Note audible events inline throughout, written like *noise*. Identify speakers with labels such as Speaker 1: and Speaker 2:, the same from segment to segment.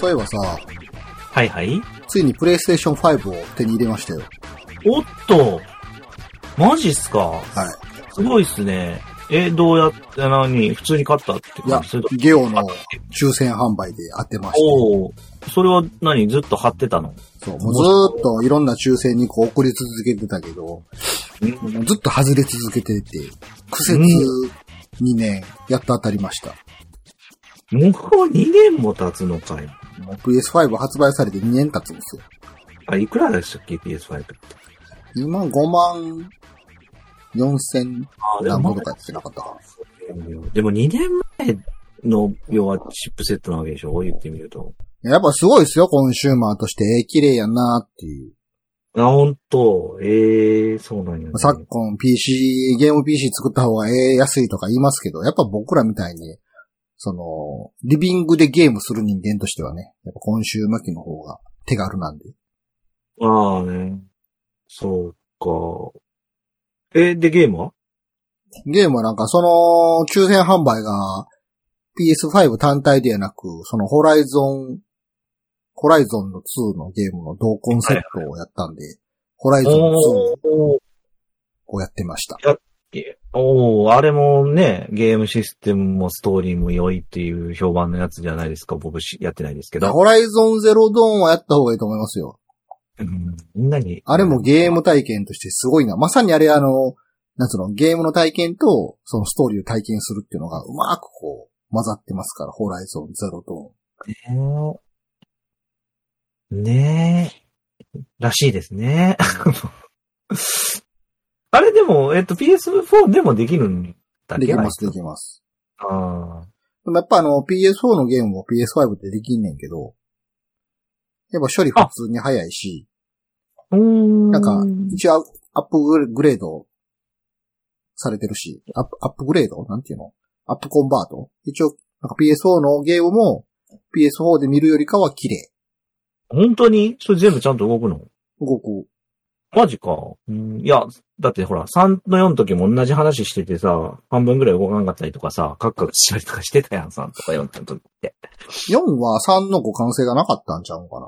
Speaker 1: そういえばさ、
Speaker 2: はいはい。
Speaker 1: ついにプレイステーション5を手に入れましたよ。
Speaker 2: おっとマジっすか
Speaker 1: は
Speaker 2: すごいっすね。え、どうやって、なに、普通に買ったって
Speaker 1: い。いや
Speaker 2: 感じする、
Speaker 1: ゲオの抽選販売で当てまし
Speaker 2: おおそれは何ずっと貼ってたの
Speaker 1: た。そう、もうずーっといろんな抽選にこう送り続けてたけど、
Speaker 2: うん
Speaker 1: もうずっと外れ続けてて、苦節2年、やっと当たりました。
Speaker 2: もう2年も経つのかよ。
Speaker 1: もう PS5 発売されて2年経つんですよ。
Speaker 2: あ、いくらでしたっけ ?PS5 って。
Speaker 1: 今5万4千
Speaker 2: あ
Speaker 1: 何本とかやってなかったかな。
Speaker 2: でも2年前の、要はチップセットなわけでしょ言ってみると。
Speaker 1: やっぱすごいですよ、コンシューマーとして。えー綺麗やなっていう。
Speaker 2: あ、ほんと。ええそうなんや、ね。
Speaker 1: 昨今 PC、ゲーム PC 作った方がええ安いとか言いますけど、やっぱ僕らみたいに、その、リビングでゲームする人間としてはね、やっぱコンシューマー機の方が手軽なんで。
Speaker 2: ああね。そうか。え、で、ゲームは
Speaker 1: ゲームはなんかその、抽選販売が PS5 単体ではなく、そのホライゾン、ホライゾンの2のゲームの同梱セットをやったんで、ホライゾン2
Speaker 2: お
Speaker 1: をやってました。
Speaker 2: ーおーあれもね、ゲームシステムもストーリーも良いっていう評判のやつじゃないですか。僕しやってないですけど。
Speaker 1: ホライゾンゼロドーンはやった方がいいと思いますよ。
Speaker 2: うんみんなに。
Speaker 1: あれもゲーム体験としてすごいな。まさにあれあの、なんつうの、ゲームの体験と、そのストーリーを体験するっていうのがうまくこう、混ざってますから、ホライゾンゼロと。
Speaker 2: ねえ。ねえ。らしいですね。あれでも、えっと、PS4 でもできるんだっ
Speaker 1: で
Speaker 2: け
Speaker 1: きます、できます。
Speaker 2: あ
Speaker 1: でもやっぱあの、PS4 のゲームを PS5 でできんねんけど、やっぱ処理普通に早いし、
Speaker 2: あ。うーん。
Speaker 1: なんか、一応アップグレードされてるし、アップアップグレードなんていうのアップコンバート一応、なんか PS4 のゲームも PS4 で見るよりかは綺麗。
Speaker 2: 本当にそれ全部ちゃんと動くの
Speaker 1: 動く。
Speaker 2: マジか。うんいや、だってほら、3の4の時も同じ話しててさ、半分ぐらい動かなかったりとかさ、カクカクしたりとかしてたやん、3とか4の時って。
Speaker 1: 4は3の互換性がなかったんちゃうかな。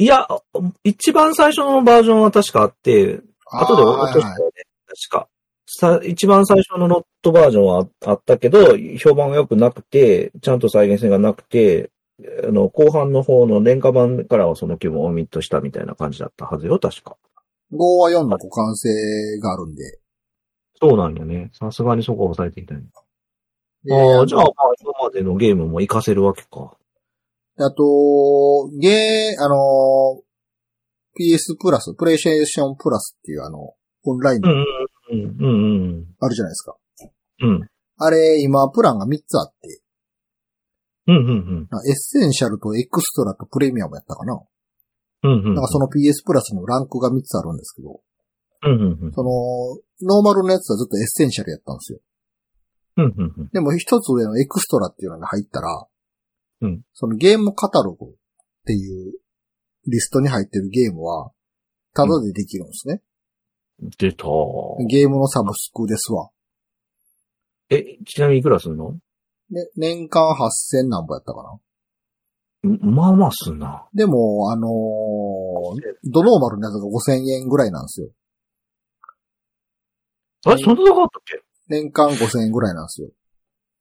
Speaker 2: いや、一番最初のバージョンは確かあって、後で
Speaker 1: あ
Speaker 2: 落
Speaker 1: ー
Speaker 2: と
Speaker 1: はい
Speaker 2: した
Speaker 1: はい
Speaker 2: よね、確か。さ、一番最初のロットバージョンはああったけど、評判が良くなくて、ちゃんと再現性がなくて、あの、後半の方の廉価版からはその気もオミットしたみたいな感じだったはずよ、確か。
Speaker 1: 5は4の互換性があるんで。
Speaker 2: そうなんよね。さすがにそこは抑えていたい。
Speaker 1: で
Speaker 2: ああ、じゃあ、まあ、今までのゲームも活かせるわけか。
Speaker 1: あと、ゲー、あのー、PS プラス、プレイステーションプラスっていうあの、オンライン
Speaker 2: うんうんうん、うん
Speaker 1: あるじゃないですか。
Speaker 2: うん、うん。
Speaker 1: あれ、今、プランが3つあって、
Speaker 2: うん、うん、うん。
Speaker 1: なんかエッセンシャルとエクストラとプレミアムやったかな。
Speaker 2: うん、うん。
Speaker 1: なんかその PS プラスのランクが3つあるんですけど、
Speaker 2: うん、うん、うん。
Speaker 1: その、ノーマルのやつはずっとエッセンシャルやったんですよ。
Speaker 2: うん、うん、うん。
Speaker 1: でも一つ上のエクストラっていうのが入ったら、
Speaker 2: うん
Speaker 1: そのゲームカタログっていうリストに入ってるゲームは、タダでできるんですね。
Speaker 2: 出た。
Speaker 1: ゲームのサブスクですわ。
Speaker 2: え、ちなみにいくらすんの
Speaker 1: で、年間8000何本やったかな。
Speaker 2: んまあまあすんな。
Speaker 1: でも、あのードノーマルのやつが5000円ぐらいなんですよ。
Speaker 2: え、そんな高かったっけ
Speaker 1: 年間5000円ぐらいなんですよ。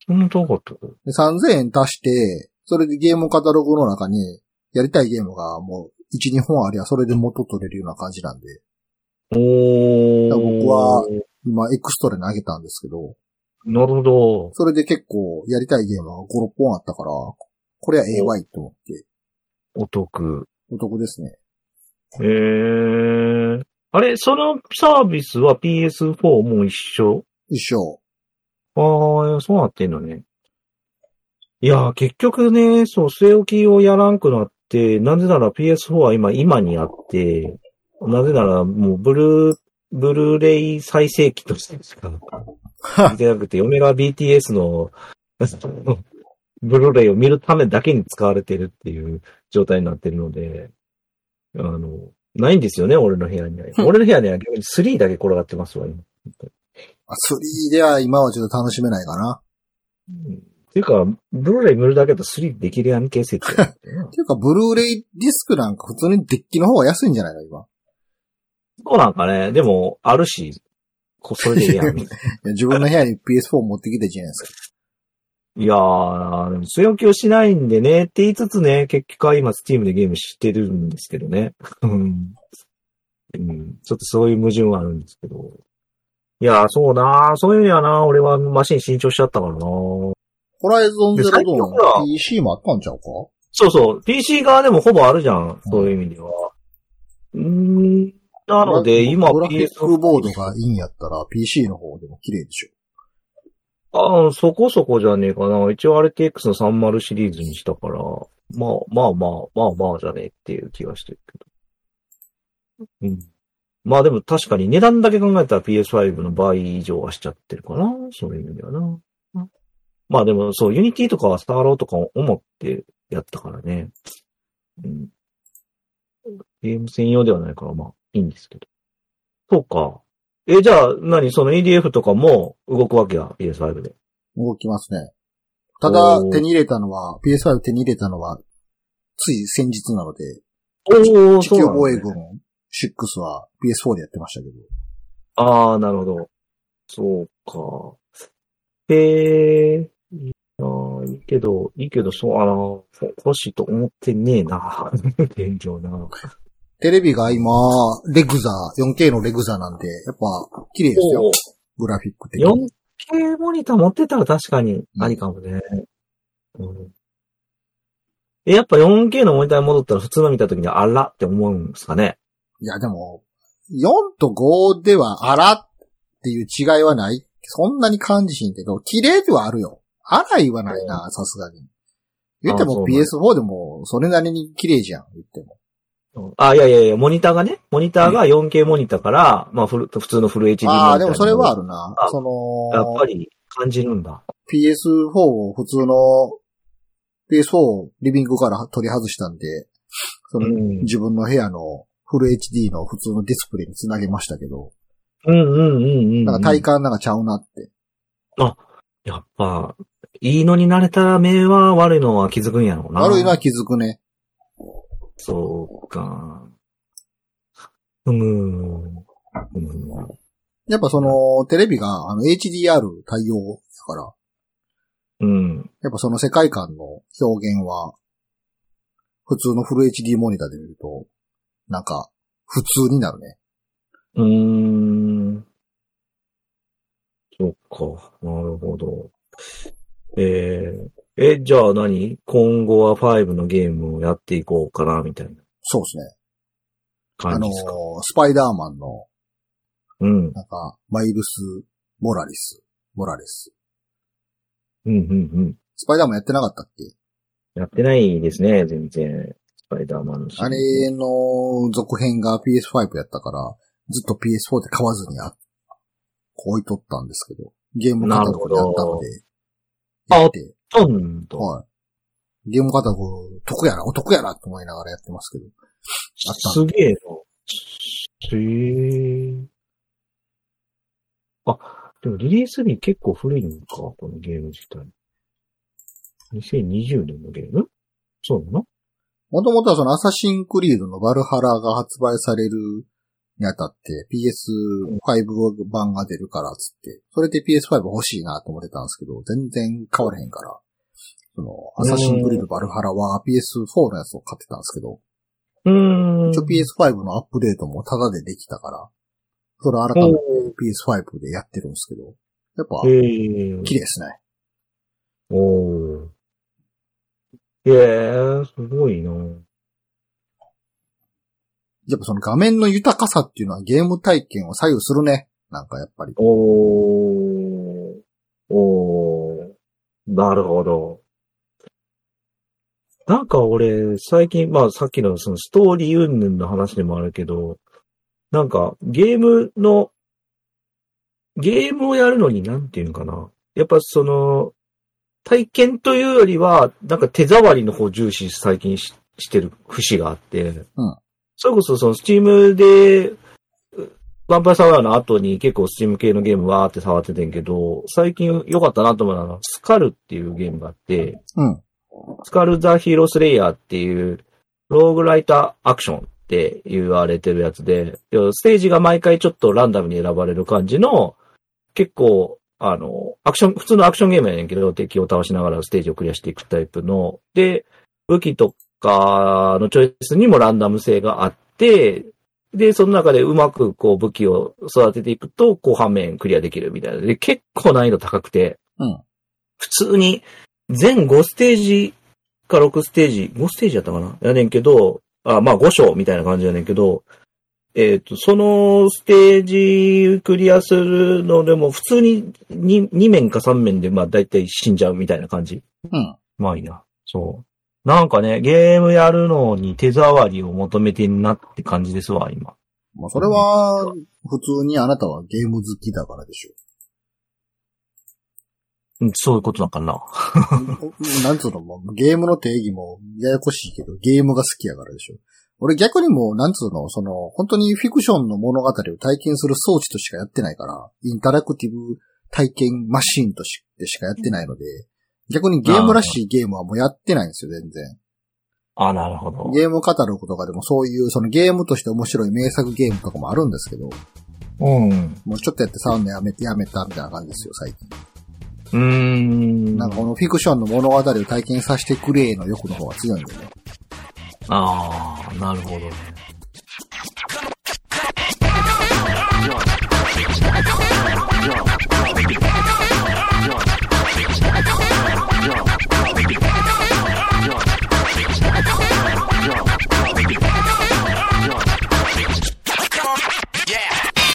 Speaker 2: そんな高かったっけ
Speaker 1: で、3000円足して、それでゲームカタログの中に、やりたいゲームがもう1、2本ありゃそれで元取れるような感じなんで、
Speaker 2: おー。
Speaker 1: 僕は、今エクストラにあげたんですけど、
Speaker 2: なるほど。
Speaker 1: それで結構やりたいゲームが5、6本あったから、これはええわいと思って、
Speaker 2: お得。
Speaker 1: お得ですね。
Speaker 2: えー。あれ、そのサービスは PS4 も一緒
Speaker 1: 一生。
Speaker 2: ああ、そうなってんのね。いやー、結局ね、そう、据え置きをやらんくなって、なぜなら PS4 は今、今にあって、なぜならもう、ブルー、ブルーレイ再生機としてしか、見てなくて、嫁が BTS の、 *laughs* そのブルーレイを見るためだけに使われてるっていう状態になってるので、あの、ないんですよね、俺の部屋には。俺の部屋には逆に3だけ転がってますわ、今。
Speaker 1: あ3では今はちょっと楽しめないかな。
Speaker 2: ていうか、ブルーレイ塗るだけだと3できるやんけ説。
Speaker 1: *laughs* ていうか、ブルーレイディスクなんか普通にデッキの方が安いんじゃないの今。
Speaker 2: そうなんかね、でも、あるし、こそれでいいや
Speaker 1: *laughs*
Speaker 2: ん、みたい
Speaker 1: いや自分の部屋に PS4 持ってきてじゃないですか。
Speaker 2: な。いやー、でも、強気をしないんでね、って言いつつね、結局は今、スティームでゲームしてるんですけどね。 *laughs* うん。うんちょっとそういう矛盾はあるんですけど。いやー、そうなー、そういうのやなー、俺はマシン新調しちゃったからなー。
Speaker 1: ホライゾンゼロ
Speaker 2: 最
Speaker 1: ド
Speaker 2: 近
Speaker 1: ー
Speaker 2: ほら
Speaker 1: ン PC もあったんちゃうか
Speaker 2: そうそう。PC 側でもほぼあるじゃん。そういう意味では。うーん。なので、今
Speaker 1: グラフィッ
Speaker 2: PS
Speaker 1: クボードがいいんやったら PC の方でも綺麗でしょ。
Speaker 2: ああ、そこそこじゃねえかな。一応 RTX の30シリーズにしたから、まあまあまあ、まあまあじゃねえっていう気がしてるけど。うん。まあでも確かに値段だけ考えたら PS5 の倍以上はしちゃってるかな。そういう意味ではな。まあでもそう、Unity とかはスターローとか思ってやったからね。うん。ゲーム専用ではないからまあいいんですけど。そうか。え、じゃあ、何その EDF とかも動くわけや、PS5 で。
Speaker 1: 動きますね。ただ
Speaker 2: おー
Speaker 1: 手に入れたのは、PS5 手に入れたのは、つい先日なので、
Speaker 2: おお、
Speaker 1: 地
Speaker 2: そう
Speaker 1: 球
Speaker 2: なん
Speaker 1: 防衛
Speaker 2: だね
Speaker 1: 軍6は PS4 でやってましたけど。
Speaker 2: ああ、なるほど。そうか。へえ、いいなあいいけど、いいけど、そう、あの、ほ欲しいと思ってねえな *laughs* 現状な。
Speaker 1: テレビが今、レグザ、4K のレグザなんで、やっぱ、綺麗ですよ。グラフィック的に。
Speaker 2: 4K モニター持ってたら確かにありかもね。うん。え、やっぱ 4K のモニターに戻ったら普通の見た時にあらって思うんですかね。
Speaker 1: いや、でも、4と5では、あらっていう違いはない。そんなに感じしんけど、綺麗ではあるよ。あら言わないな、さすがに。言って
Speaker 2: あそ
Speaker 1: も
Speaker 2: うなんや
Speaker 1: PS4 でも、それなりに綺麗じゃん、言っても。
Speaker 2: あ、いやいやいや、モニターがね、モニターが 4K モニターから、まあフル、普通のフル HD モニターに。
Speaker 1: ああ、でもそれはあるな
Speaker 2: あ。
Speaker 1: そ
Speaker 2: や
Speaker 1: の
Speaker 2: っ、ぱり感じるんだ。
Speaker 1: PS4 を普通の PS4 をリビングから取り外したんで、その
Speaker 2: うん
Speaker 1: 自分の部屋のフル HD の普通のディスプレイにつなげましたけど、
Speaker 2: うんうんうんうん。
Speaker 1: なんか体感なんかちゃうなって。
Speaker 2: やっぱ、いいのになれた目は悪いのは気づくんやろうな。
Speaker 1: 悪いのは気づくね。
Speaker 2: そうか。うーん。うん
Speaker 1: やっぱそのテレビがあの HDR 対応だから、
Speaker 2: うん。
Speaker 1: やっぱその世界観の表現は、普通のフル HD モニターで見ると、なんか、普通になるね。
Speaker 2: うーん。そっか。なるほど。えー、え、じゃあ何今後は5のゲームをやっていこうかな、みたいな
Speaker 1: そうですね。あ
Speaker 2: 感
Speaker 1: の
Speaker 2: じですか。、
Speaker 1: スパイダーマンの
Speaker 2: うん。
Speaker 1: なんか、マイルス・モラリス。モラレス。
Speaker 2: うん、うん、うん。
Speaker 1: スパイダーマンやってなかったっけ
Speaker 2: やってないですね、全然。スパイダーマンのシリーズ
Speaker 1: あれの続編が PS5 やったから、ずっと PS4 で買わずにあ、置いとったんですけど、ゲームカタログにあったので、
Speaker 2: なるほど
Speaker 1: やって、
Speaker 2: ほとんど。
Speaker 1: はい。ゲームカタログ、得やな、お得やなと思いながらやってますけど。あった
Speaker 2: すげえな。へえ。あ、でもリリース日結構古いのか、このゲーム自体。2020年のゲームそうなの
Speaker 1: もともとはそのアサシンクリードのバルハラが発売されるにあたって、PS5 版が出るからっつって、それで PS5 欲しいなと思ってたんですけど、全然買われへんから、その、アサシンクリードバルハラは PS4 のやつを買ってたんですけど、
Speaker 2: うーん。
Speaker 1: 一応 PS5 のアップデートもタダでできたから、それ改めて PS5 でやってるんですけど、やっぱ、
Speaker 2: へえ。
Speaker 1: 綺麗ですね。
Speaker 2: おー。へえ、すごいな。
Speaker 1: やっぱその画面の豊かさっていうのはゲーム体験を左右するね。なんかやっぱり。
Speaker 2: おー。おー。なるほど。なんか俺、最近、まあさっきのそのストーリー云々の話でもあるけど、なんかゲームの、ゲームをやるのになんていうんかな。やっぱその、体験というよりは、なんか手触りの方を重視最近ししてる節があって、
Speaker 1: うん
Speaker 2: それこそそのスチームで、バンパイアサワーの後に結構スチーム系のゲームわーって触っててんけど、最近良かったなと思うのは、スカルっていうゲームがあって、
Speaker 1: うん。
Speaker 2: スカルザヒーロースレイヤーっていう、ローグライターアクションって言われてるやつで、要はステージが毎回ちょっとランダムに選ばれる感じの、結構、あの、アクション、普通のアクションゲームやねんけど、敵を倒しながらステージをクリアしていくタイプの、で、武器とかのチョイスにもランダム性があって、で、その中でうまくこう武器を育てていくと、後半面クリアできるみたいな。で、結構難易度高くて、
Speaker 1: うん
Speaker 2: 普通に全5ステージか6ステージ、5ステージやったかなやねんけど、あまあ5章みたいな感じやねんけど、えっ、と、そのステージクリアするのでも普通に 2, 2面か3面でまあ大体死んじゃうみたいな感じ。
Speaker 1: うん。
Speaker 2: まあいいな。そう。なんかね、ゲームやるのに手触りを求めてんなって感じですわ、今。
Speaker 1: まあ、それは、普通にあなたはゲーム好きだからでしょ。 *laughs*
Speaker 2: うんそういうことなんかな。
Speaker 1: なんつうの、もうゲームの定義もややこしいけど、ゲームが好きやからでしょ。俺逆にもう、なんつうの、その、本当にフィクションの物語を体験する装置としかやってないから、インタラクティブ体験マシンとしでしかやってないので、逆にゲームらしいゲームはもうやってないんですよ、全然。
Speaker 2: あ、なるほど。
Speaker 1: ゲームカタログとかでもそういう、そのゲームとして面白い名作ゲームとかもあるんですけど、
Speaker 2: うん。う
Speaker 1: もうちょっとやって触るのやめ、やめたみたいな感じですよ、最近。
Speaker 2: ーん。
Speaker 1: なんかこのフィクションの物語を体験させてくれの欲の方が強いんでね。
Speaker 2: ああ、なるほどね。